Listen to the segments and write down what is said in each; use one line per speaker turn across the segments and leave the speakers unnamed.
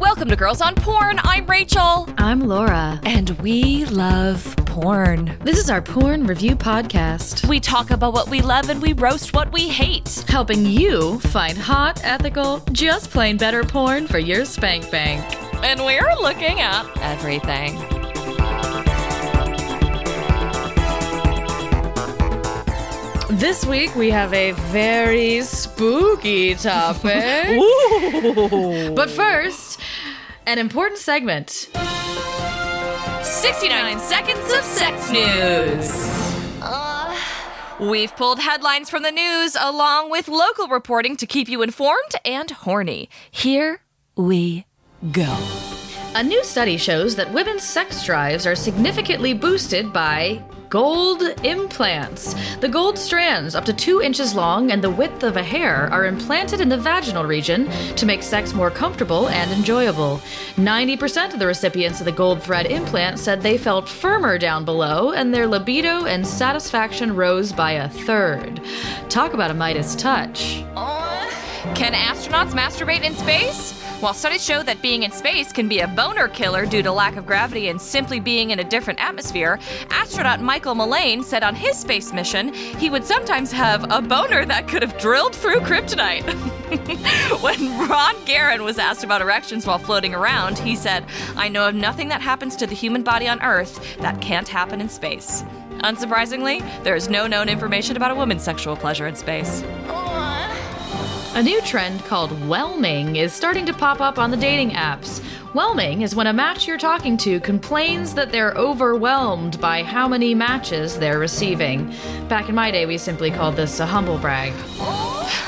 Welcome to Girls on Porn. I'm Rachel.
I'm Laura.
And we love porn.
This is our porn review podcast,
We talk about what we love and we roast what we hate.
helping you find hot, ethical, just plain better porn for your spank bank.
And we're looking at everything.
This week we have a very spooky topic. But first, an important segment.
69 seconds of sex news. Uh, we've pulled headlines from the news along with local reporting to keep you informed and horny. Here we go.
A new study shows that women's sex drives are significantly boosted by gold implants. The gold strands, up to two inches long and the width of a hair, are implanted in the vaginal region to make sex more comfortable and enjoyable. 90% of the recipients of the gold thread implant said they felt firmer down below and their libido and satisfaction rose by a third. Talk about a Midas touch.
Can astronauts masturbate in space? While studies show that being in space can be a boner killer due to lack of gravity and simply being in a different atmosphere, astronaut Michael Mullane said on his space mission he would sometimes have a boner that could have drilled through kryptonite. when Ron Guerin was asked about erections while floating around, he said, I know of nothing that happens to the human body on Earth that can't happen in space. Unsurprisingly, there is no known information about a woman's sexual pleasure in space.
A new trend called whelming is starting to pop up on the dating apps. Whelming is when a match you're talking to complains that they're overwhelmed by how many matches they're receiving. Back in my day, we simply called this a humble brag.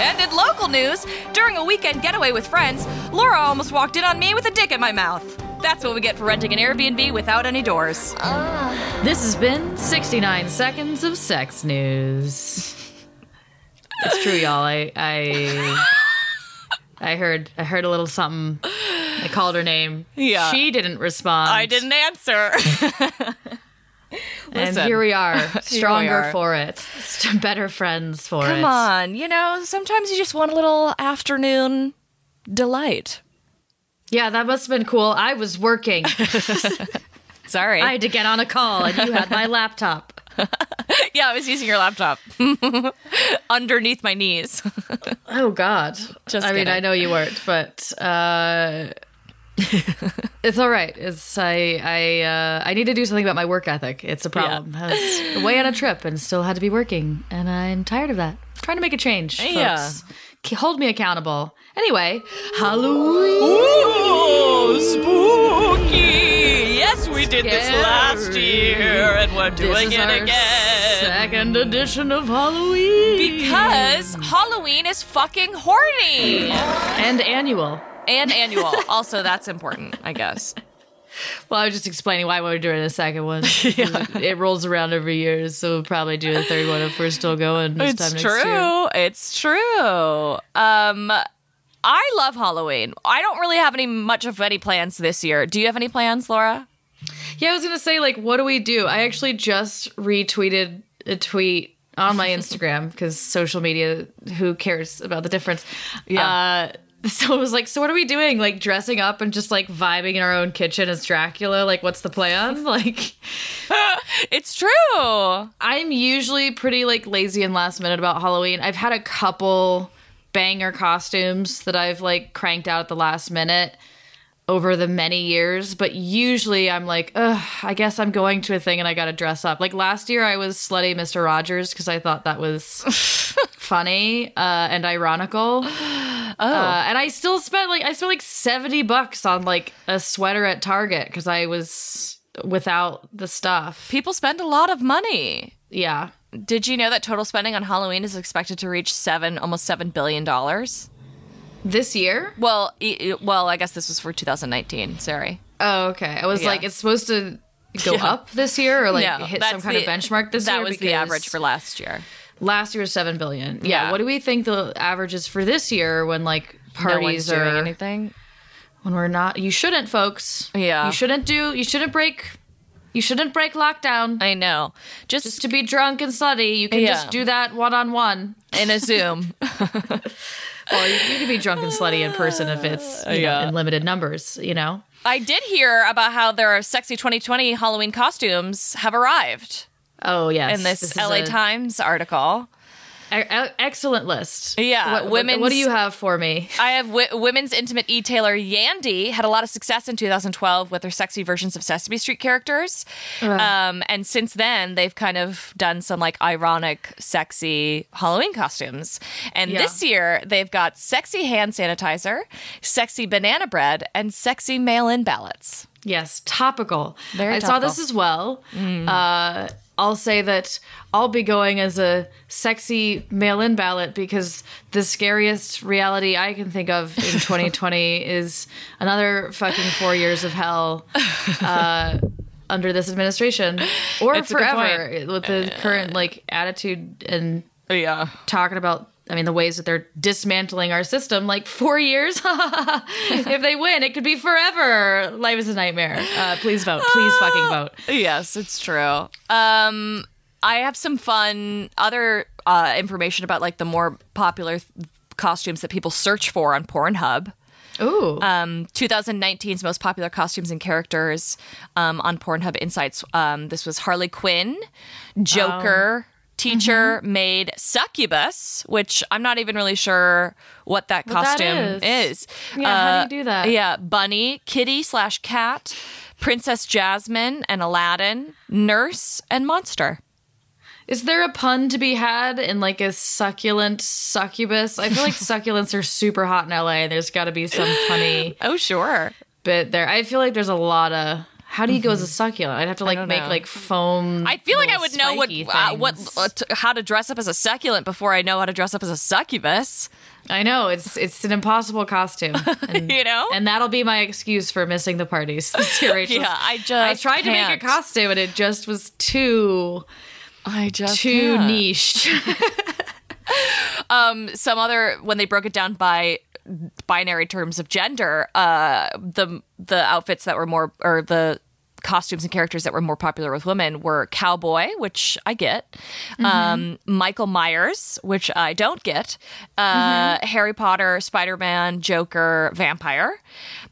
And in local news, during a weekend getaway with friends, Laura almost walked in on me with a dick in my mouth. That's what we get for renting an Airbnb without any doors.
This has been 69 Seconds of Sex News. It's true, y'all. I I, I heard I heard a little something. I called her name.
Yeah.
She didn't respond.
I didn't answer.
And
Listen.
here we are, stronger
are.
for it, st- better friends for it.
Come on, you know, sometimes you just want a little afternoon delight.
Yeah, that must have been cool. I was working.
Sorry.
I had to get on a call, and you had my laptop.
yeah, I was using your laptop underneath my knees.
Oh God!
Just
I mean,
kidding.
I know you weren't, but uh, it's all right. It's I I uh, I need to do something about my work ethic. It's a problem. I was away on a trip and still had to be working, and I'm tired of that. trying to make a change, folks.
Yeah.
K- Hold me accountable. Anyway, Halloween.
Ooh, spooky. Yes, we did this last year, and we're doing
this is
it
our
again.
Second edition of Halloween
Because Halloween is fucking horny
and annual.
and annual. Also, that's important, I guess.
Well, I was just explaining why we're doing the second one. It rolls around every year, so we'll probably do the third one if we're still going. This time
it's
next
true.
Year.
It's true. Um, I love Halloween. I don't really have any much of any plans this year. Do you have any plans, Laura?
Yeah, I was gonna say, like, what do we do? I actually just retweeted a tweet on my Instagram because social media, who cares about the difference?
Yeah.
Uh, so it was like, so what are we doing? Like dressing up and just like vibing in our own kitchen as Dracula? Like, what's the plan? Like,
It's true.
I'm usually pretty like lazy and last minute about Halloween. I've had a couple banger costumes that I've like cranked out at the last minute over the many years, but usually I'm like, ugh, I guess I'm going to a thing and I got to dress up. Like last year, I was slutty Mr. Rogers because I thought that was funny uh, and ironical. Uh, and I still spent like I spent like seventy bucks on like a sweater at Target because I was without the stuff.
People spend a lot of money.
Yeah,
Did you know that total spending on Halloween is expected to reach seven, almost seven billion dollars?
this year.
Well, e- e- well, I guess this was for 2019. Sorry.
Oh, okay. I was
Yeah.
like, it's supposed to go up this year or like
No,
hit some
that's
kind of
the-
benchmark this
that
year.
was the
because
average for last year.
last year was seven billion. Yeah.
Yeah.
What do we think the average is for this year when like
No
parties
one's doing
are
anything.
when we're not? You shouldn't, folks.
Yeah.
You shouldn't do. You shouldn't break. You shouldn't break lockdown.
I know. Just,
just to be drunk and slutty, you can
Yeah.
just do that one on one.
in a Zoom.
Well, you, you can be drunk and slutty in person if it's you know,
Uh, Yeah.
in limited numbers. You know.
I did hear about how their sexy 2020 Halloween costumes have arrived
Oh yes.
in this,
is
LA
a-
Times article.
e- e- excellent list.
Yeah,
What, women.
women's-
What do you have for me?
I have w- women's intimate e-tailer Yandy had a lot of success in 2012 with her sexy versions of Sesame Street characters, um, and since then they've kind of done some like ironic, sexy Halloween costumes. And
Yeah.
this year they've got sexy hand sanitizer, sexy banana bread, and sexy mail-in ballots.
Yes, topical.
Very
I saw
topical.
this as well. Uh, I'll say that I'll be going as a sexy mail in ballot because the scariest reality I can think of in 2020 is another fucking four years of hell uh, under this administration or
It's a good
forever with the current like attitude and
Yeah,
talking about I mean the ways that they're dismantling our system like 4 years if they win it could be forever life is a nightmare uh, please vote please fucking vote
Yes, it's true. Um, I have some fun other uh, information about like the more popular th- costumes that people search for on Pornhub.
ooh
Um, 2019's most popular costumes and characters um, on Pornhub Insights. Um, this was Harley Quinn, Joker,
Oh.
Teacher,
Mm-hmm.
Maid, Succubus, which I'm not even really sure what that
that
costume
is.
is. Uh,
Yeah, how do you do that?
Yeah, Bunny, Kitty slash Cat, Princess Jasmine, and Aladdin, Nurse, and Monster.
is there a pun to be had in like a succulent succubus I feel like succulents are super hot in LA and there's got to be some punny
Oh, sure.
bit there I feel like there's a lot of how do you go as a succulent I'd have to like
don't
make
know.
like foam
I feel like I
little
would know what
spiky
uh, what
things.
uh, t- how to dress up as a succulent before I know how to dress up as a succubus.
I know it's it's an impossible costume and
You know,
And that'll be my excuse for missing the parties this year, Rachel.
Yeah, I just
I tried to make
can't.
a costume and it just was too
I just
too
can't.
niche.
Some other when they broke it down by binary terms of gender, uh, the the outfits that were more or the costumes and characters that were more popular with women were cowboy, which I get, um, Michael Myers, which I don't get, uh, Harry Potter, Spider Man, Joker, vampire.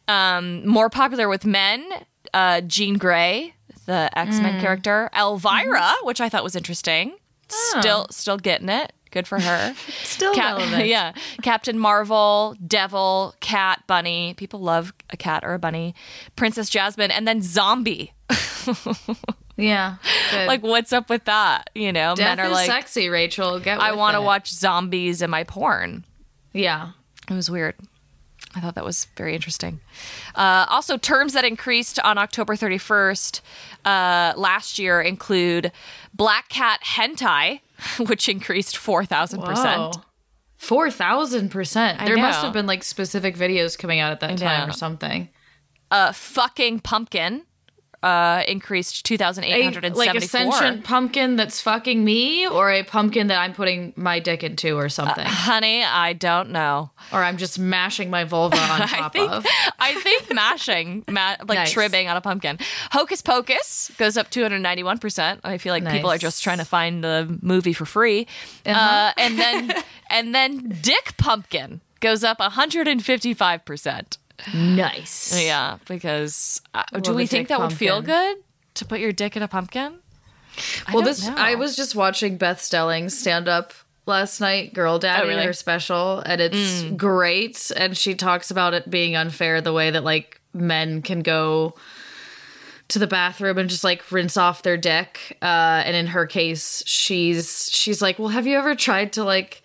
Um, more popular with men, uh, Jean Grey, the X Men character, Elvira, which I thought was interesting. Still, still getting it. Good for her.
Still relevant.
yeah. Captain Marvel, Devil, Cat, Bunny. People love a cat or a bunny. Princess Jasmine, and then Zombie.
yeah. good.
Like, what's up with that? You know,
death
men are
is
like,
sexy, Rachel. Get
I
with
want to
it.
watch zombies in my porn.
Yeah.
It was weird. I thought that was very interesting. Uh, also, terms that increased on October 31st uh, last year include black cat hentai, which increased 4,000%.
Four thousand percent. There must
know.
have been like specific videos coming out at that time or something.
Uh, fucking pumpkin uh, increased
A,
2,874.
like a sentient pumpkin that's fucking me, or a pumpkin that I'm putting my dick into, or something,
Honey, I don't know.
or I'm just mashing my vulva on top of.
I think mashing, ma- like
Nice.
tribbing on a pumpkin. Hocus Pocus goes up 291%. I feel like people are
Nice. Uh-huh.
just trying to find the movie for free. uh and then and then Dick Pumpkin goes up 155%.
Nice.
Yeah, because uh, do
Well,
we
the
think
dick
that would feel
pumpkin.
good to put your dick in a pumpkin? I
well,
don't
this
know.
I was just watching Beth Stelling stand up last night, Girl Daddy,
Oh, really? Mm.
her special, and it's great. And she talks about it being unfair the way that like men can go to the bathroom and just like rinse off their dick. Uh, and in her case, she's she's like, well, have you ever tried to like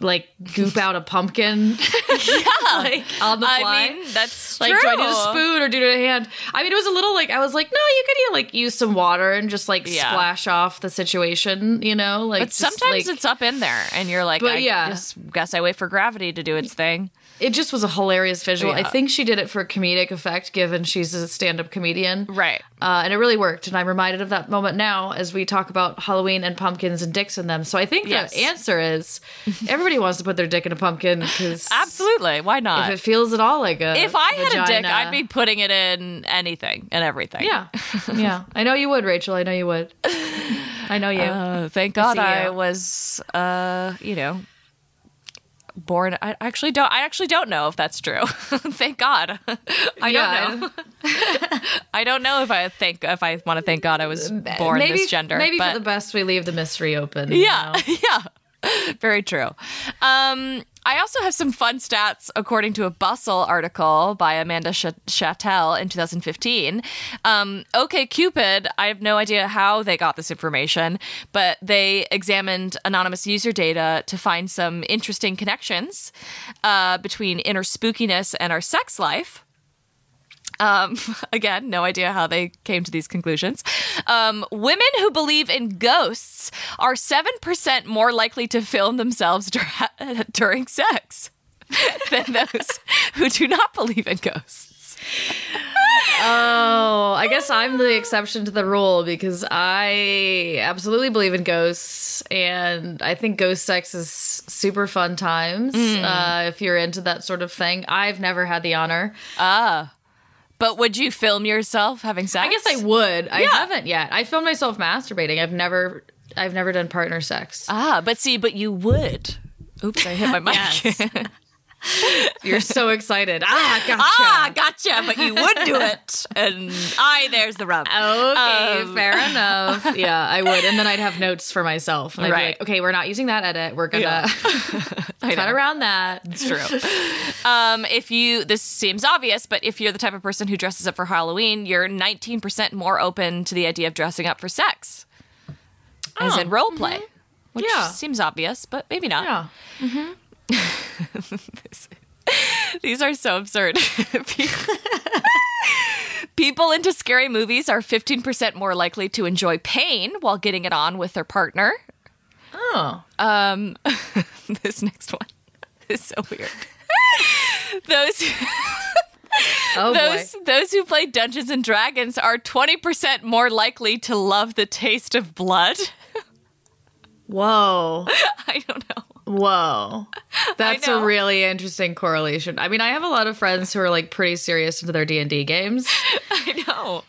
like goop out a pumpkin like on the fly.
I mean, that's
like,
true.
do I do a spoon or do it a hand? I mean, it was a little like I was like, no, you could you know, like use some water and just like
Yeah.
splash off the situation, you know? Like
But
just,
sometimes
like-
it's up in there, and you're like,
But
I
yeah.
just guess I wait for gravity to do its thing.
it just was a hilarious visual. I
Yeah.
think she did it for comedic effect, given she's a stand-up comedian,
Right.
Uh, and it really worked. And I'm reminded of that moment now as we talk about Halloween and pumpkins and dicks in them. So I think
Yes.
the answer is everybody wants to put their dick in a pumpkin because
Absolutely. Why
if
not?
it feels at all like a
If I had a dick,
vagina-
I'd be putting it in anything and everything.
yeah, yeah. I know you would, Rachel. I know you would. I know you.
Uh, thank God
See ya.
I was, uh, you know, born. I actually don't. I actually don't know if that's true. thank God. I
Yeah.
don't know. I don't know if I think if I want to thank God I was born
maybe,
this gender.
Maybe
but
for the best, we leave the mystery open.
yeah, yeah, very true. Um, I also have some fun stats according to a Bustle article by Amanda Ch- Chattel in 2015. Um, okay, Cupid. I have no idea how they got this information, but they examined anonymous user data to find some interesting connections uh, between inner spookiness and our sex life. Um, again, no idea how they came to these conclusions. Um, women who believe in ghosts are 7% more likely to film themselves dur- during sex than those who do not believe in ghosts.
Oh, I guess I'm the exception to the rule because I absolutely believe in ghosts, and I think ghost sex is super fun times. Uh, if you're into that sort of thing, I've never had the honor.
But would you film yourself having sex?
I guess I would. I haven't yet. I filmed myself masturbating. I've never. I've never done partner sex.
Ah, but see, but you would. Oops, I hit my mic.
You're so excited. Ah, gotcha.
ah, gotcha. But you would do it. And I, there's the rub.
Oh, Okay,
Um,
fair enough. Yeah, I would. And then I'd have notes for myself. And I'd
Right.
be like, okay, we're not using that edit. We're going to cut around that.
It's true. um, if you, this seems obvious, but if you're the type of person who dresses up for Halloween, you're 19% more open to the idea of dressing up for sex, as in role play, which
Oh, mm-hmm. Yeah.
seems obvious, but maybe not.
Yeah.
These are so absurd. People into scary movies are 15% more likely to enjoy pain while getting it on with their partner.
Oh.
Um, this next one is so weird. Those.
Oh,
those
boy.
those who play Dungeons and Dragons are 20% more likely to love the taste of blood.
Whoa.
I don't know.
Whoa. That's a
know.
really interesting correlation. I mean, I have a lot of friends who are like pretty serious into their D&D games.
I know.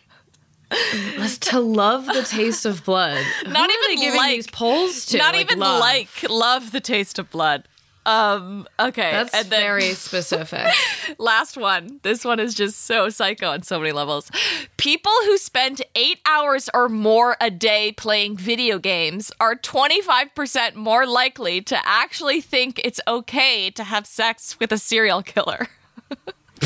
to love the taste of blood.
Not
Who are
even
they giving
like-
these polls to?
Not
Like,
even
love.
like love the taste of blood. Um okay.
That's
and then
very specific.
last one. This one is just so psycho on so many levels. People who spend 8 hours or more a day playing video games are 25% more likely to actually think it's okay to have sex with a serial killer.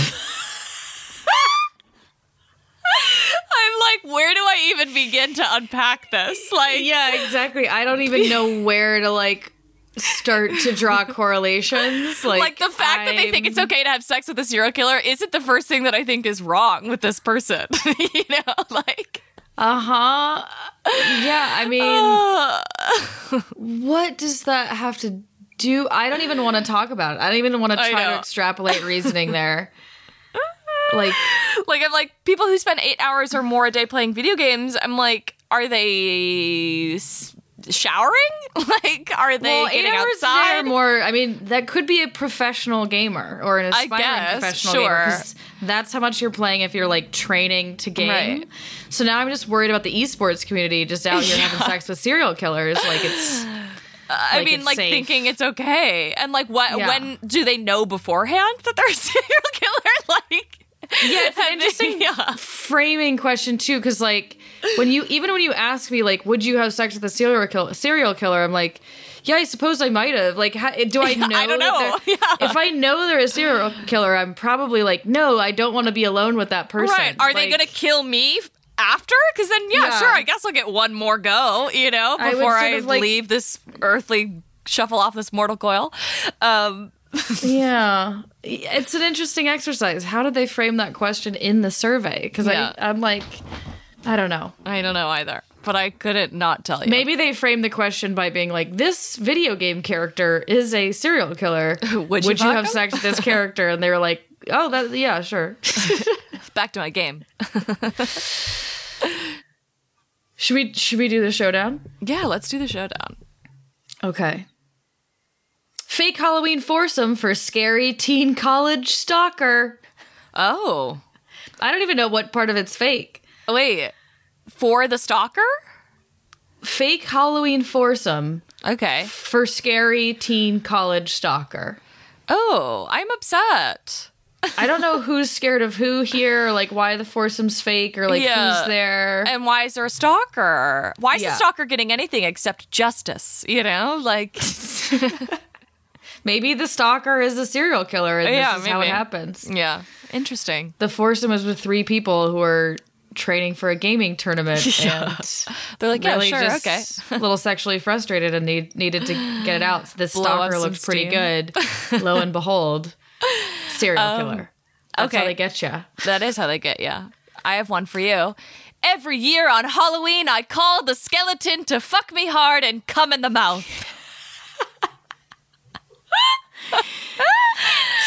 I'm like, where do I even begin to unpack this? Like,
Yeah, exactly. I don't even know where to like start to draw correlations. Like,
like the fact that they think it's okay to have sex with a serial killer isn't the first thing that I think is wrong with this person. you know, like
Uh huh. Yeah, I
Ah.
mean, what does that have to do? I don't even want to talk about it. I don't even want to
I
try to
know.
extrapolate reasoning there. Like,
like I'm like people who spend 8 hours or more a day playing video games, I'm like are they s- showering? Like are they
well, eight
getting
hours a day
outside?
or more. I mean, that could be a professional gamer or an
I
aspiring
guess,
professional
sure.
gamer. 'cause That's how much you're playing if you're like training to game.
Right.
So now I'm just worried about the esports community just out here having sex with serial killers. Like it's
I
like
mean
it's
like
safe.
thinking it's okay. And like what
Yeah.
when do they know beforehand that they're a serial killer like
yeah, it's an
have they-
interesting
yeah.
framing question too. Because like when you even when you ask me like, would you have sex with a serial kill- serial killer? I'm like. Yeah, I suppose I might have. Like, how, do I know?
I don't
that
know.
they're- If I know they're a serial killer, I'm probably like, no, I don't want to be alone with that person.
Right. Are they
Like,
going to kill me f- after? Because then, yeah,
Yeah.
sure, I guess I'll get one more go, you know,
I would
before
sort
I,
of, like-
leave this earthly shuffle off this mortal coil. Um,
Yeah. It's an interesting exercise. How did they frame that question in the survey? Because
Yeah.
I'm like, I don't know.
I don't know either, but I couldn't not tell you.
Maybe they framed the question by being like, this video game character is a serial killer.
Would you fuck
have
him?
sex with this character? And they were like, oh, that, yeah, sure.
back to my game.
should we should we do the showdown?
Yeah, let's do the showdown.
Okay. Fake Halloween foursome for scary teen college stalker.
Oh,
I don't even know what part of it's fake.
wait, for the stalker?
Fake Halloween foursome
Okay.
for scary teen college stalker.
Oh, I'm upset.
I don't know who's scared of who here, or like why the foursome's fake, or like
Yeah.
who's there.
And why is there a stalker? Why is
Yeah.
the stalker getting anything except justice? You know, like
Maybe the stalker is the serial killer, and
Yeah,
this is how it
maybe.
happens.
yeah, interesting.
The foursome is with three people who are training for a gaming tournament and
They're like, yeah,
really
sure,
just
okay.
a little sexually frustrated and need, needed to get it out. So this
Blow up
stalker
some
looked pretty
steam. Um,
good. Lo and behold, serial killer. That's how
okay.
they get you.
That is how they get you. I have one for you. Every year on Halloween, I call the skeleton to fuck me hard and come in the mouth.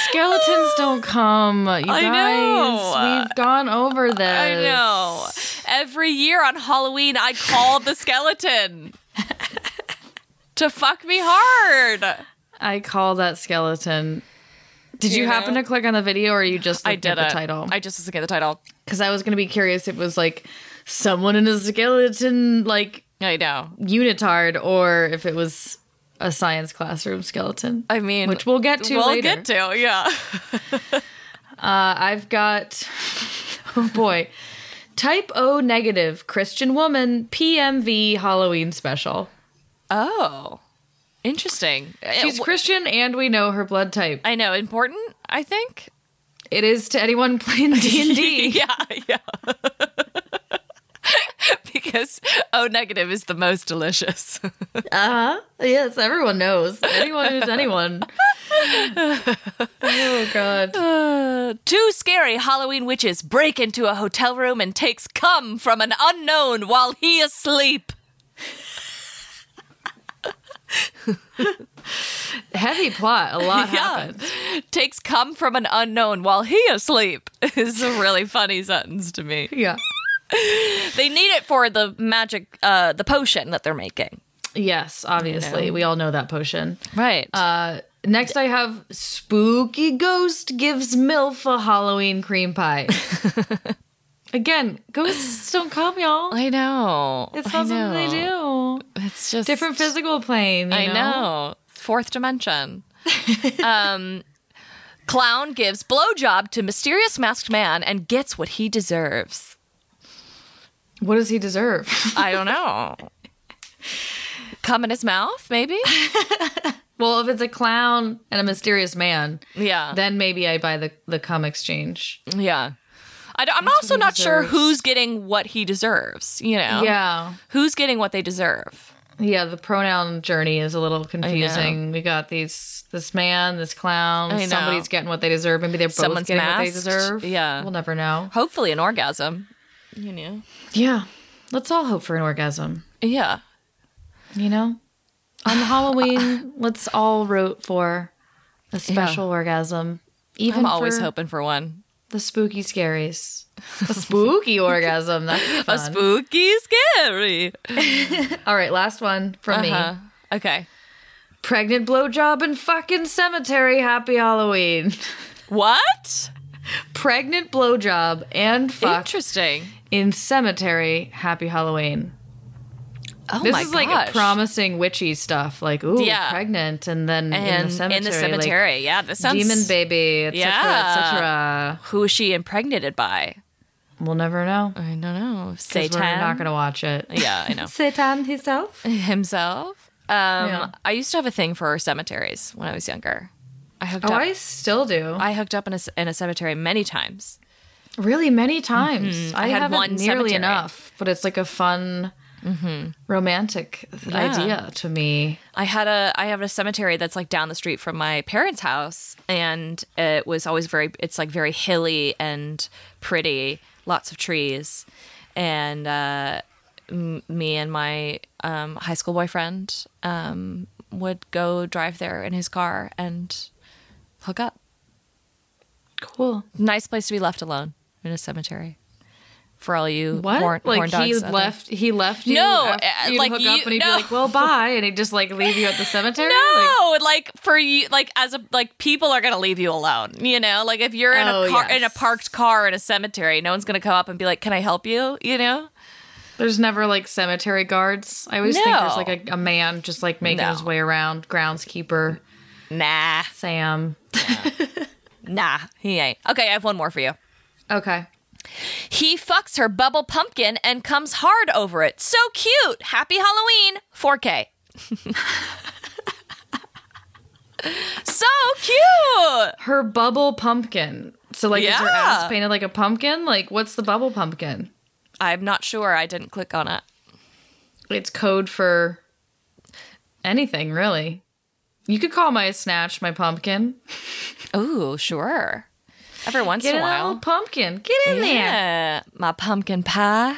Skeletons don't come. You guys,
know.
we've gone over this.
I know. Every year on Halloween, I call the skeleton to fuck me hard.
I call that skeleton. Did you,
You
happen
know?
to click on the video, or you just
I
looked
did
at the
it.
title?
I just listened to the title.
Because I, was going to be curious. If it was like someone in a skeleton like
I know.
unitard, or if it was a science classroom skeleton.
I mean,
Which we'll get to
We'll
later.
get to yeah.
Uh, I've got, oh boy, type O negative Christian woman PMV Halloween special.
Oh, interesting.
She's
It-
Christian, and we know her blood type.
I know. Important. I think.
It is to anyone playing D and D.
yeah, yeah. because O negative is the most delicious.
Yes, everyone knows. Anyone who's anyone. oh god.
Two scary Halloween witches break into a hotel room and takes cum from an unknown while he asleep.
Heavy plot. A lot
Yeah.
happened.
Takes cum from an unknown while he asleep is a really funny sentence to me.
Yeah.
They need it for the magic, uh, the potion that they're making.
Yes, obviously. We all know that potion.
Right. Uh,
Uh next I have Spooky Ghost gives MILF a Halloween cream pie. Again, ghosts don't come, y'all.
I know.
It's not something they do.
It's just
Different physical plane. you
I know. Fourth dimension. um, clown gives blowjob to mysterious masked man and gets what he deserves.
What does he deserve?
I don't know. Come in his mouth, maybe?
well, if it's a clown and a mysterious man,
Yeah.
then maybe I buy the, the cum exchange.
yeah. I am also
he
not sure
deserves.
who's getting what he deserves, you know?
Yeah.
Who's getting what they deserve?
Yeah, the pronoun journey is a little confusing. We got these this man, this clown,
I know.
somebody's getting what they deserve. Maybe they're both
Someone's
getting what they
masked.
deserve.
Yeah.
We'll never know.
Hopefully, an orgasm. You know?
Yeah. Let's all hope for an orgasm,
Yeah.
you know? On Halloween, let's all root for a special orgasm.
I'm
Even
always
for
hoping for one.
the spooky scaries. A spooky orgasm. That could be fun.
A spooky, scary.
all right, last one from
Uh-huh.
me.
Okay.
Pregnant blowjob and fucking cemetery. Happy Halloween.
What?
pregnant blowjob and fuck
Interesting.
in cemetery. Happy Halloween.
Oh
this
my
is
gosh.
like promising witchy stuff, like ooh,
Yeah.
pregnant, and then in the
And
cemetery,
in the cemetery,
like,
yeah, this sounds.
demon baby, etc.,
Yeah.
etc.
Who is she impregnated by?
We'll never know.
I don't know.
'cause
Satan.
We're not gonna watch it.
yeah, I know
Satan himself.
himself. Um,
Yeah.
I used to have a thing for cemeteries when I was younger. I hooked
Oh,
up.
I still do.
I hooked up in a c- in a cemetery many times.
really, many times. Mm-hmm. I,
I had
haven't
one
nearly
cemetery.
enough, but it's like a fun Mm-hmm. romantic idea to me.
I had a I have a cemetery that's like down the street from my parents' house, and it was always very it's like very hilly and pretty, lots of trees, and uh, m- me and my um, high school boyfriend um, would go drive there in his car and hook up.
Cool.
Nice place to be left alone in a cemetery. For all you
What?
horn,
like
horn dogs
he
out there.
left. He left you.
No,
after
uh,
you'd
like
hook
you-
up and he'd
no.
be like, "Well, bye," and he'd just like leave you at the cemetery. Like,
No, like for you, like as a like people are gonna leave you alone. You know, like if you're in
Oh,
a car
yes.
in a parked car in a cemetery, no one's gonna come up and be like, "Can I help you?" You know,
There's never like cemetery guards. I always think there's
No.
like a, a man just like making
No.
his way around, groundskeeper
nah,
Sam.
nah, he ain't. Okay, I have one more for you.
Okay.
He fucks her bubble pumpkin and comes hard over it. So cute. Happy Halloween, 4K. so cute.
Her bubble pumpkin. So like is her
Yeah.
ass painted like a pumpkin? Like what's the bubble pumpkin?
I'm not sure. I didn't click on it.
It's code for anything, really. You could call my snatch my pumpkin.
Ooh, sure. Every once
Get
in a
in that
while.
little pumpkin. Get in there.
Yeah, my pumpkin pie.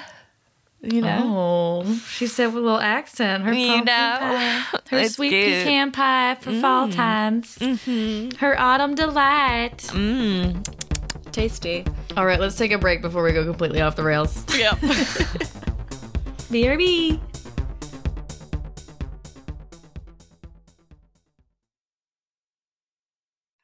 You know,
Oh, she said with a little accent. Her
You
pumpkin
know.
pie. Her
It's
sweet
good. Mm. Mm-hmm.
pecan pie for fall times. Her autumn delight.
Mm.
Mm.
tasty.
All right, let's take a break before we go completely off the rails.
Yep.
BRB.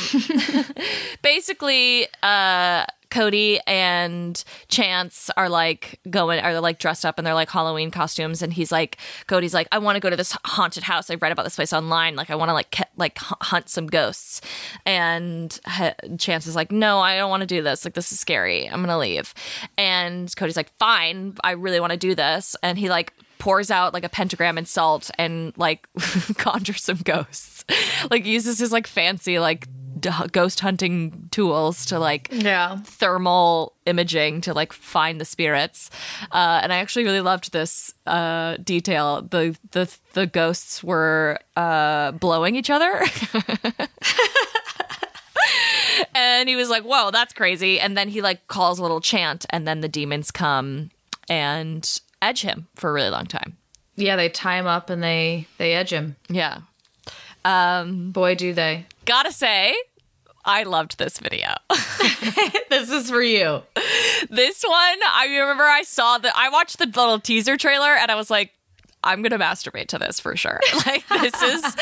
basically, uh, Cody and Chance are like going are like dressed up in their like Halloween costumes, and he's like Cody's like I want to go to this haunted house. I read about this place online. Like I want to like ca- like hu- hunt some ghosts, and he- Chance is like No, I don't want to do this. Like this is scary. I'm gonna leave. And Cody's like Fine, I really want to do this, and he like pours out like a pentagram and salt and like conjures some ghosts. like uses his like fancy like d- ghost hunting tools to like
Yeah.
thermal imaging to like find the spirits. Uh, and I actually really loved this uh, detail. The the the ghosts were uh, blowing each other. and he was like, "Whoa, that's crazy!" And then he like calls a little chant, and then the demons come and edge him for a really long time.
Yeah, they tie him up and they they edge him.
Yeah,
Boy, do they.
gotta say, I loved this video.
This is for you.
this one, I remember I saw the I watched the little teaser trailer and I was like, I'm gonna masturbate to this for sure. Like this is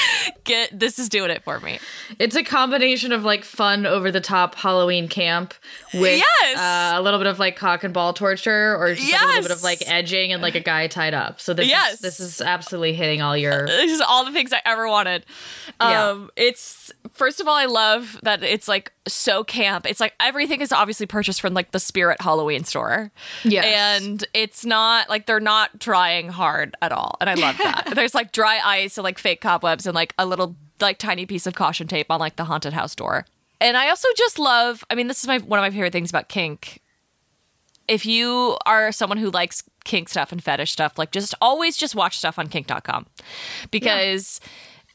get this is doing it for me.
It's a combination of like fun over the top Halloween camp with
Yes!
uh, a little bit of like cock and ball torture or just like, a little bit
Yes!
of like edging and like a guy tied up. So this
Yes! Uh,
is, this is absolutely hitting all your
This is all the things I ever wanted.
Yeah.
Um it's first of all I love that it's like so camp. It's like everything is obviously purchased from like the Spirit Halloween store.
Yes.
And it's not like they're not trying hard at all. And I love that. There's like dry ice and like fake cobwebs and like a little like tiny piece of caution tape on like the haunted house door. And I also just love I mean this is my one of my favorite things about kink if you are someone who likes kink stuff and fetish stuff, like just always just watch stuff on kink.com because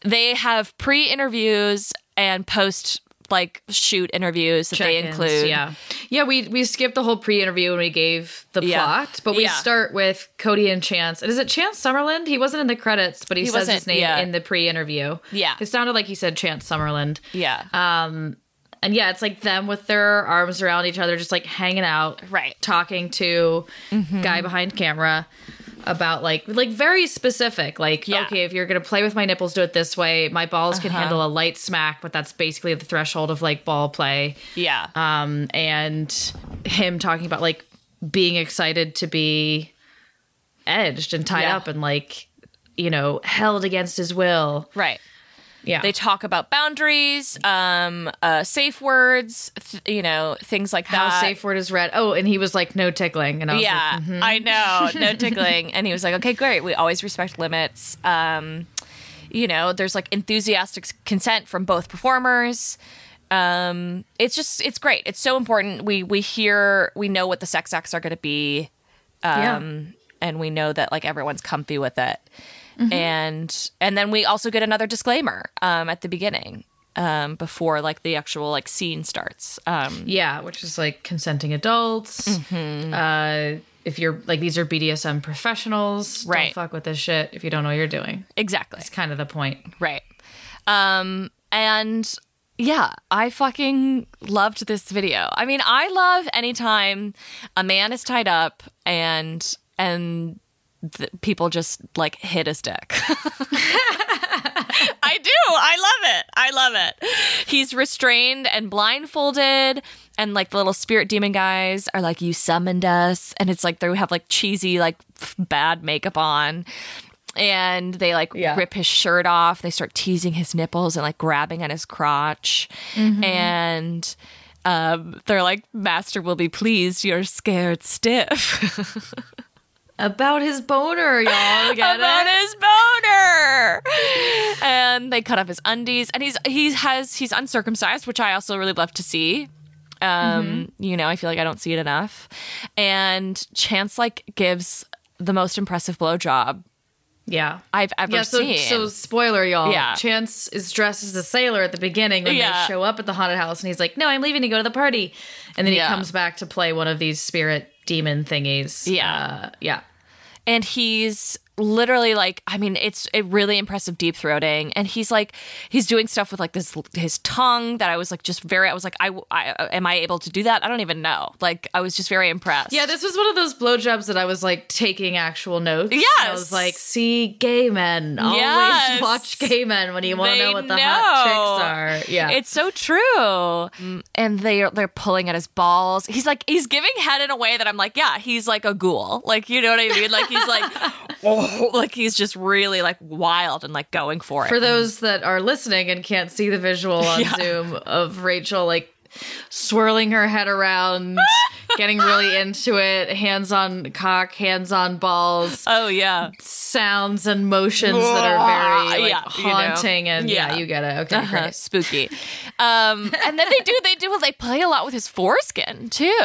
they have pre interviews and post like shoot interviews that they
check-ins.
include.
Yeah, yeah. We we skipped the whole pre-interview and we gave the
Yeah.
plot, but we
Yeah.
start with Cody and Chance. And is it Chance Summerland? He wasn't in the credits, but he,
He
says
wasn't,
his name
yeah.
in the pre-interview.
Yeah.
it sounded like he said Chance Summerland.
Yeah.
Uh, And yeah, it's like them with their arms around each other, just like hanging out,
Right.
Talking to guy behind camera about like like very specific, like
Yeah. Uh-huh.
okay, if you're gonna play with my nipples, do it this way. My balls can handle a light smack, but that's basically the threshold of like ball play
yeah.
um, and him talking about like being excited to be edged and tied
Yeah.
up and like you know held against his will.
right.
Yeah,
They talk about boundaries, um, uh, safe words, th- you know, things like
how
that.
safe word is read. Oh, and he was like no tickling, and I was
yeah,
like, mm-hmm.
I know. No tickling. and he was like, okay, great. We always respect limits. Um, you know, there's like enthusiastic consent from both performers. Um, it's just, it's great. It's so important. We we hear, we know what the sex acts are going to be,
yeah. Mm-hmm.
um, and we know that like everyone's comfy with it. And and then we also get another disclaimer um, at the beginning um, before like the actual like scene starts. Um,
yeah, which is like consenting adults.
Mm-hmm.
Uh, if you're like these are BDSM professionals,
Right.
Don't fuck with this shit if you don't know what you're doing.
exactly.
It's kind of the point.
Right. Um and yeah, I fucking loved this video. I mean, I love anytime a man is tied up and and th- people just like hit his dick. I do. I love it. I love it. He's restrained and blindfolded, and like the little spirit demon guys are like, "You summoned us," and it's like they have like cheesy, like f- bad makeup on, and they like rip his shirt off. They start teasing his nipples and like grabbing at his crotch, and. Um, they're like, Master will be pleased. You're scared stiff
About his boner, y'all. You Get
about
it?
his boner. And they cut off his undies, and he's he has he's uncircumcised, which I also really love to see. Um,
Mm-hmm.
you know, I feel like I don't see it enough. And Chance like gives the most impressive blowjob
Yeah.
I've ever
Yeah, so,
seen.
so spoiler, y'all.
Yeah.
Chance is dressed as a sailor at the beginning when
Yeah.
they show up at the haunted house, and he's like, "No, I'm leaving to go to the party," and then
Yeah.
he comes back to play one of these spirit demon thingies.
Yeah.
uh, yeah,
and he's literally like i mean it's a really impressive deep throating and he's like he's doing stuff with like this his tongue that i was like just very i was like i, I am i able to do that i don't even know like i was just very impressed
yeah. This was one of those blowjobs that I was like taking actual notes.
Yes.
I was like, "See, gay men always
Yes.
watch gay men when you want to
They
know what the hot
know.
tricks are." Yeah. Mm.
It's so true. And they are they're pulling at his balls. He's like he's giving head in a way that I'm like, yeah, he's like a ghoul. Like you know what I mean? Like he's like oh, like he's just really like wild and like going for it.
For those that are listening and can't see the visual on Zoom of Rachel like swirling her head around, getting really into it, hands on cock, hands on balls,
oh yeah.
sounds and motions that are very like,
Yeah, you know.
haunting and yeah.
Yeah.
you get it. Okay,
Uh-huh,
great.
spooky. Um, and then they do, they do, they play a lot with his foreskin too.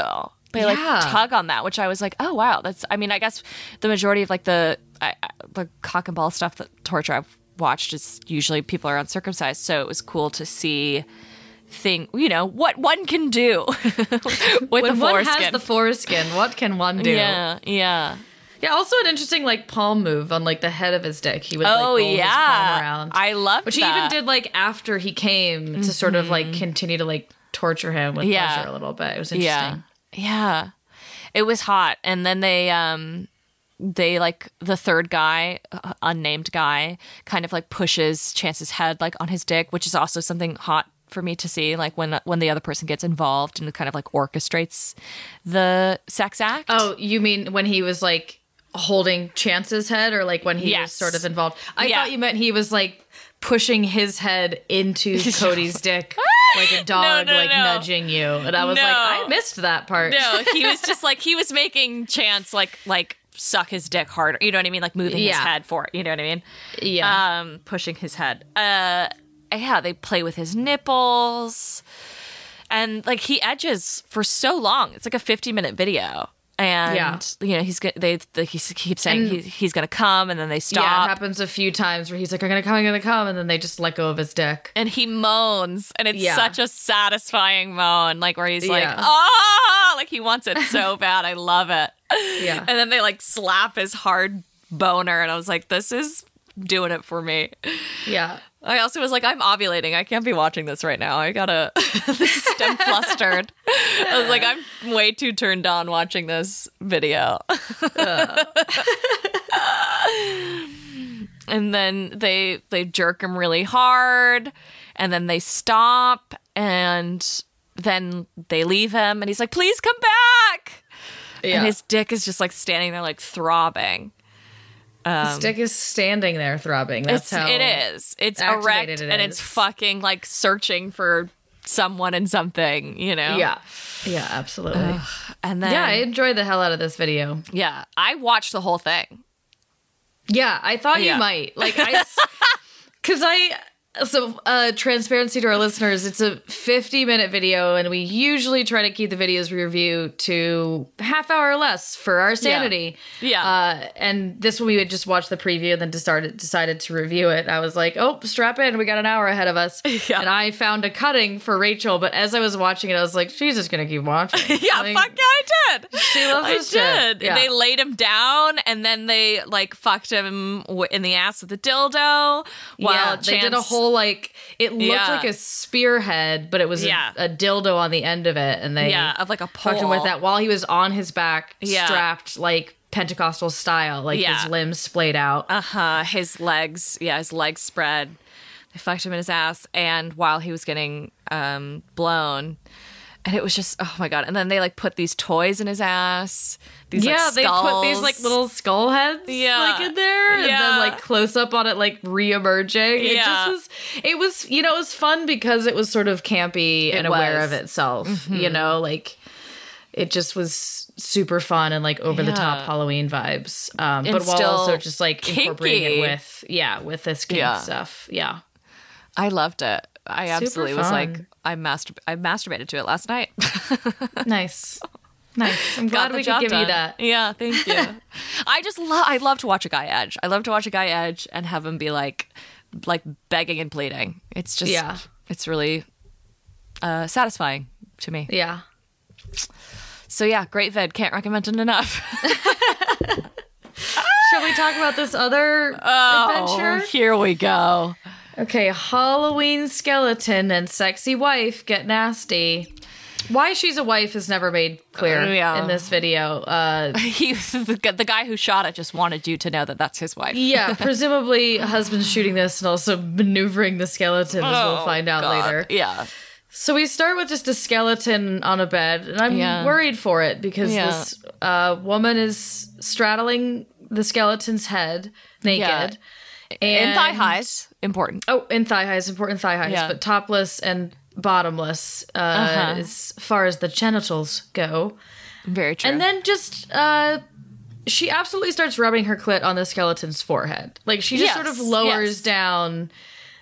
They like
Yeah.
tug on that, which I was like, oh wow, that's. I mean, I guess the majority of like the I, I- the cock and ball stuff that torture I've watched is usually people are uncircumcised, so it was cool to see thing you know what one can do with the
When one
foreskin.
has the foreskin, what can one do?
yeah, yeah.
Yeah, also an interesting like palm move on like the head of his dick. He would like,
Oh
roll his palm
yeah,
around.
I love
which he even
that. Mm-hmm.
did like after he came to sort of like continue to like torture him with
Yeah.
pleasure a little bit. It was interesting.
Yeah. Yeah. It was hot and then they um they like the third guy, uh, unnamed guy, kind of like pushes Chance's head like on his dick, which is also something hot for me to see like when when the other person gets involved and kind of like orchestrates the sex act.
Oh, you mean when he was like holding Chance's head, or like when he
Yes.
was sort of involved? I
Yeah.
thought you meant he was like pushing his head into Cody's dick like a dog,
no,
like
no.
nudging you, and I was
No.
like, I missed that part.
No, he was just like he was making Chance like like suck his dick harder. You know what I mean? Like moving his
Yeah.
head for it. You know what I mean?
yeah,
um, pushing his head. Uh, yeah, they play with his nipples, and like he edges for so long. It's like a fifty-minute video, and
Yeah.
you know he's go- they, they he s- keeps saying he, he's gonna come, and then they stop.
yeah. It happens a few times where he's like, I'm gonna come, I'm gonna come, and then they just let go of his dick.
and he moans, and it's
Yeah.
such a satisfying moan, like where he's like,
Yeah.
"Ah!" Like he wants it so bad. I love it.
Yeah.
And then they like slap his hard boner, and I was like, "This is doing it for me."
Yeah.
I also was like, I'm ovulating. I can't be watching this right now. I gotta. this is- I'm flustered. I was like, I'm way too turned on watching this video. and then they they jerk him really hard, and then they stop, and then they leave him, and he's like, please come back.
Yeah.
And his dick is just like standing there, like throbbing.
His dick is standing there throbbing. That's
um, It's,
how
it is. It's erect
activated it
and it's
is.
fucking like searching for someone and something, you know?
Yeah. Yeah, absolutely.
And then,
yeah,
yeah
I
I,
enjoyed the hell out of this video.
watched the whole thing.
Yeah, I thought
Yeah.
you might. Like I cuz I so uh transparency to our listeners, it's a 50 minute video and we usually try to keep the videos we review to half hour or less for our sanity.
Yeah.
Uh and this one we would just watch the preview and then decided decided to review it. I was like, "Oh, strap in. We got an hour ahead of us."
Yeah.
And I found a cutting for Rachel, but as I was watching it, I was like, "She's just going to keep watching."
yeah,
Like,
fuck yeah, I did.
She loves
I
this shit.
did.
Yeah.
They laid him down and then they like fucked him w- in the ass with a dildo. While
yeah,
Chance,
they did a whole like it looked
Yeah.
like a spearhead, but it was a-
Yeah.
a, dildo on the end of it, and they
yeah of like a pole
fucked him with that while he was on his back,
Yeah.
strapped like Pentecostal style, like
Yeah.
his limbs splayed out.
Uh huh. His legs, yeah, his legs spread. They fucked him in his ass, and while he was getting um, blown, and it was just oh my god. And then they like put these toys in his ass. These
yeah,
like,
they put these like
skulls.
little skull heads
Yeah.
like in there, and
Yeah.
then like close up on it, like re-emerging. It
Yeah.
just was, it was, you know, it was fun because it was sort of campy and aware
was. Mm-hmm.
of itself. You know, like it just was super fun and like over the top
Yeah.
Halloween vibes. Um,
And
but while
still
also just like incorporating
kinky.
it with yeah, with this kink
Yeah.
stuff. Yeah,
I loved it. I absolutely was like
fun.
I masturb I masturbated to it last night.
nice. Nice. I'm
Got
glad
the
we could
job
give you
done.
that.
Yeah, thank you. I just love I love to watch a guy edge. I love to watch a guy edge and have him be like like begging and pleading. It's just
Yeah.
it's really uh satisfying to me.
Yeah.
So yeah, great vid. Can't recommend it enough.
Shall we talk about this other
Oh,
adventure?
here we go.
Okay, Halloween skeleton and sexy wife get nasty. Why she's a wife is never made clear
Uh, yeah.
in this video. Uh,
He, the, gu- the guy who shot it just wanted you to know that that's his wife.
yeah, presumably husband shooting this and also maneuvering the skeleton, as we'll
Oh,
find out
God.
later.
Yeah.
So we start with just a skeleton on a bed, and I'm
Yeah.
worried for it because
Yeah.
this uh, woman is straddling the skeleton's head naked.
Yeah.
And,
And, thigh highs, important.
Oh, and thigh highs, important thigh highs,
Yeah. Uh-huh.
but topless and bottomless uh, as far as the genitals go.
Very true.
And then just uh she absolutely starts rubbing her clit on the skeleton's forehead. Like she just
Yes,
sort of lowers
yes. Mm-hmm.
down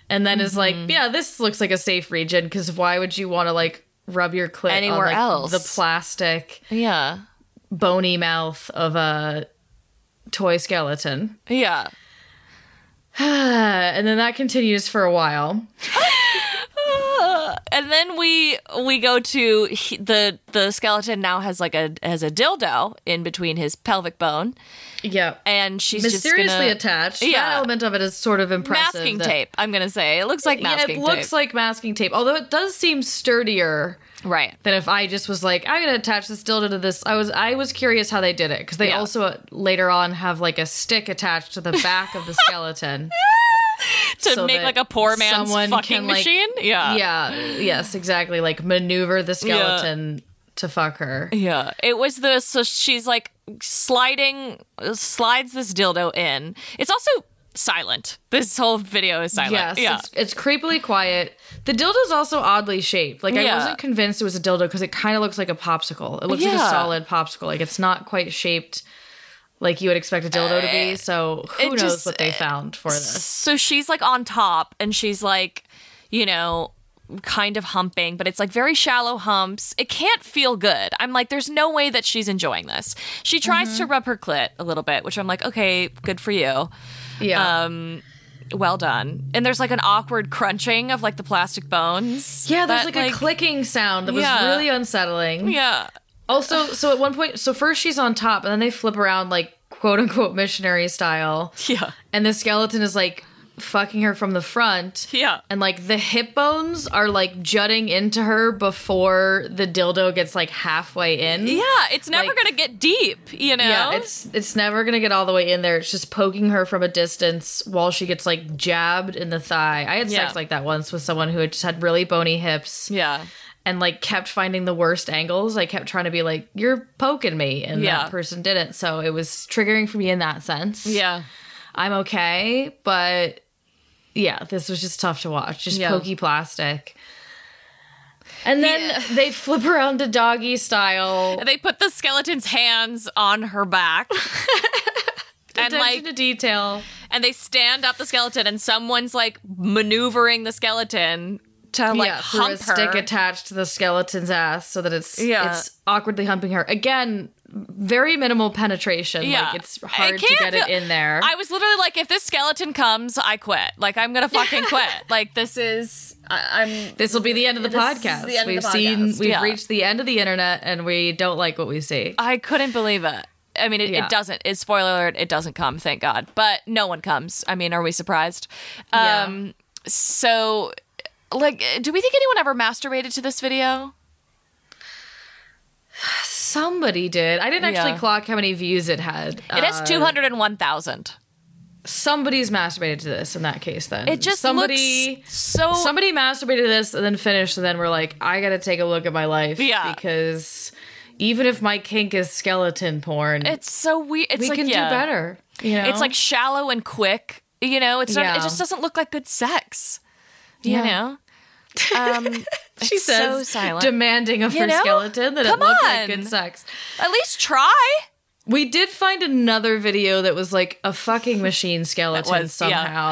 and then is like, yeah, this looks like a safe region cuz why would you want to like rub your clit on,
Anywhere
like,
else.
the plastic
yeah.
bony mouth of a toy skeleton.
Yeah.
and then that continues for a while.
Uh, and then we we go to he, the the skeleton now has like a has a dildo in between his pelvic bone
Yeah.
and she's
Mysteriously
just gonna,
attached.
Yeah.
That element of it is sort of impressive.
masking
that-
tape. I'm gonna say it looks like masking
yeah, it looks
tape.
like masking tape. Although it does seem sturdier
right.
than if I just was like, I'm gonna attach this dildo to this. I was I was curious how they did it because they
Yeah.
also uh, later on have like a stick attached to the back of the skeleton
to
so
make
that
like a poor man's
someone
fucking
can, like-
machine. yeah.
yeah, yes, exactly. Like maneuver the skeleton to fuck her.
Yeah, it was the so she's like sliding slides this dildo in. It's also silent. This whole video is silent.
Yes,
yeah.
it's, it's creepily quiet. The dildo's also oddly shaped. Like I
Yeah.
wasn't convinced it was a dildo because it kind of looks like a popsicle. It looks like a
Yeah.
solid popsicle. Like it's not quite shaped like you would expect a dildo to be. So who
Eh, it
knows
just- eh,
what they found for this?
so she's like on top and she's like, you know, kind of humping, but it's like very shallow humps. It can't feel good. I'm like, there's no way that she's enjoying this. She tries
Mm-hmm.
to rub her clit a little bit, which I'm like, okay, good for you.
Yeah,
Um, well done. And there's like an awkward crunching of like the plastic bones.
yeah. There's
that,
like, a clicking sound that was
Yeah.
really unsettling.
Yeah.
Also, so at one point, so first she's on top, and then they flip around like quote unquote missionary style,
Yeah.
and the skeleton is like fucking her from the front.
Yeah.
and like the hip bones are like jutting into her before the dildo gets like halfway in.
Yeah, it's never
Like-
gonna get deep, you know.
Yeah, it's it's never gonna get all the way in there. It's just poking her from a distance while she gets like jabbed in the thigh. I had
Yeah.
sex like that once with someone who had just had really bony hips
yeah,
and like kept finding the worst angles. I kept trying to be like, "You're poking me," and
Yeah.
that person didn't. So it was triggering for me in that sense.
yeah,
I'm okay, but yeah, this was just tough to watch. Just
Yeah.
pokey plastic. And then they flip around to doggy style.
They put the skeleton's hands on her back, and
Attention
like,
to detail.
and they stand up the skeleton, and someone's like maneuvering the skeleton to like
yeah, through a
hump her.
stick attached to the skeleton's ass so that it's
Yeah.
it's awkwardly humping her. Again, very minimal penetration.
Yeah.
Like it's
I
hard to
can't
get it
feel-
in there.
I was literally like, if this skeleton comes, I quit. Like, I'm gonna fucking quit. Like, this is, I, I'm.
this will be the end of the
This is the
podcast.
end of the
we've seen
podcast,
we've
yeah.
reached the end of the internet and we don't like what we see.
I couldn't believe it. I mean, it,
Yeah.
it doesn't. It's spoiler alert. It doesn't come. Thank God. But no one comes. I mean, are we surprised?
Yeah.
Um, so, like, do we think anyone ever masturbated to this video?
Somebody did. I didn't actually
Yeah.
clock how many views it had. Uh,
It has two hundred and one thousand.
somebody's masturbated to this in that case then
It just
mm, somebody
looks so.
somebody masturbated to this and then finished and then we're like i gotta take a look at my life
Yeah.
because even if my kink is skeleton porn
it's so weird. It's
we
like,
can
yeah.
do better you know?
It's like shallow and quick. You know, it's not.
Yeah.
It just doesn't look like good sex. You
Yeah.
know. Um,
she
it's
says
so silent.
demanding of
You
her
know?
skeleton that
Come
it looked
on.
like good sex
At least try.
we did find another video that was like a fucking machine skeleton
That was-
somehow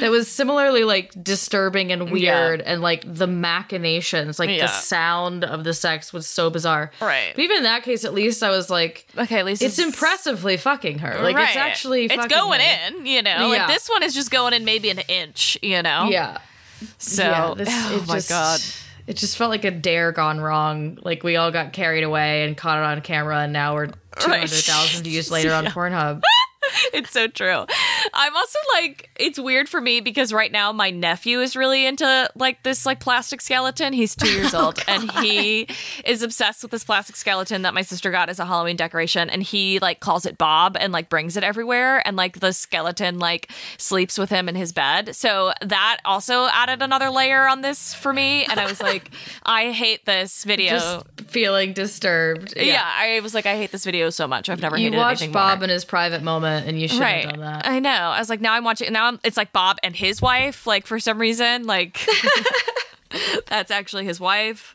that was similarly like disturbing and weird and like the machinations like
Yeah.
the sound of the sex was so bizarre
Right.
but even in that case at least i was like
Okay, at least
it's impressively fucking her like it's
Right.
actually
it's
fucking
going
her.
in you know
Yeah.
like this one is just going in maybe an inch you know
yeah
so
yeah, this,
oh
it
my
just,
god
it just felt like a dare gone wrong like we all got carried away and caught it on camera and now we're 200000 views later on pornhub
it's so true I'm also like, it's weird for me because right now my nephew is really into like this like plastic skeleton. He's two years
Oh,
old and he is obsessed with this plastic skeleton that my sister got as a Halloween decoration. And he like calls it Bob and like brings it everywhere. And like the skeleton like sleeps with him in his bed. So that also added another layer on this for me. And I was like, I hate this video.
Just feeling disturbed.
yeah. I was like, I hate this video so much. I've never
You
hated
watched
anything
Bob
more.
in his private moment, and you shouldn't
Right.
have done that.
I know. I was like, now I'm watching. Now I'm, it's like Bob and his wife. Like for some reason, like that's actually his wife.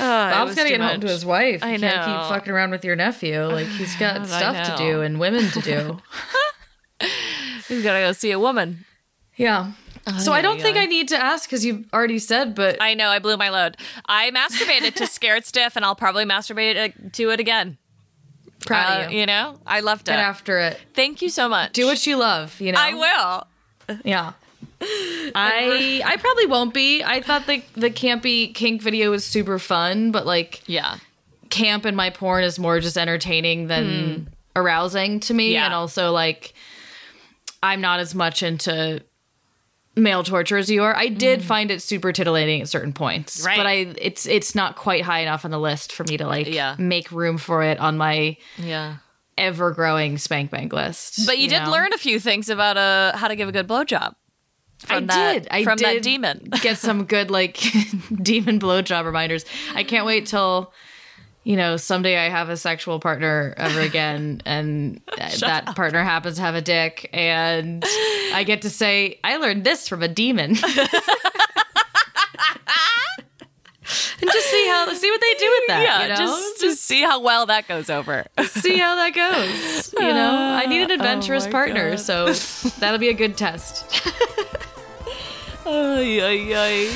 Uh,
Bob's got to get home to his wife.
I
You
know.
Can't keep fucking around with your nephew. Like he's got stuff to
know.
do and women to do.
He's gotta go see a woman.
yeah. So I don't think I need to ask because you've already said. But
Oh, I know. I blew my load. I masturbated to Scared Stiff, and I'll probably masturbate it, to it again.
proud
Uh,
of you.
You know, I loved
Get
it.
after it.
Thank you so much.
Do what you love. You know.
I will.
Yeah. I I probably won't be. I thought the the campy kink video was super fun, but like
Yeah.
camp in my porn is more just entertaining than arousing to me
Hmm. Yeah.
and also like i'm not as much into male torture as you are i did find it super titillating at certain points
Hmm. Right.
but i it's it's not quite high enough on the list for me to like
Yeah.
make room for it on my
Yeah.
ever growing spank bank list
But you, did
know?
learn a few things about uh, how to give a good blowjob.
I
From that,
did. I
from
did
that demon.
get some good like demon blowjob reminders. I can't wait till you know someday I have a sexual partner ever again, and uh, that partner happens to have a dick, and I get to say I learned this from a demon. And just see how see what they do with that.
yeah,
you know?
just to see how well that goes over.
see how that goes. You know, I need an adventurous partner, so that'll be a good test.
Ay, ay, ay.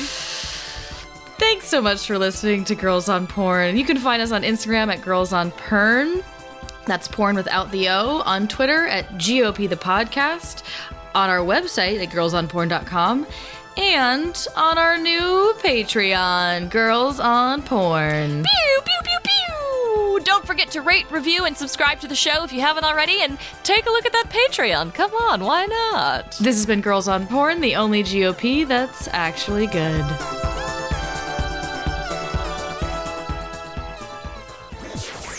Thanks so much for listening to Girls on Porn. You can find us on Instagram at Girls on Pern. That's porn without the O. On Twitter at GOP the podcast. On our website at girlsonporn.com. And on our new Patreon, Girls on Porn.
Pew, pew, pew, pew. Don't forget to rate, review, and subscribe to the show if you haven't already, and take a look at that Patreon. Come on, why not?
This has been Girls on Porn, the only GOP that's actually good.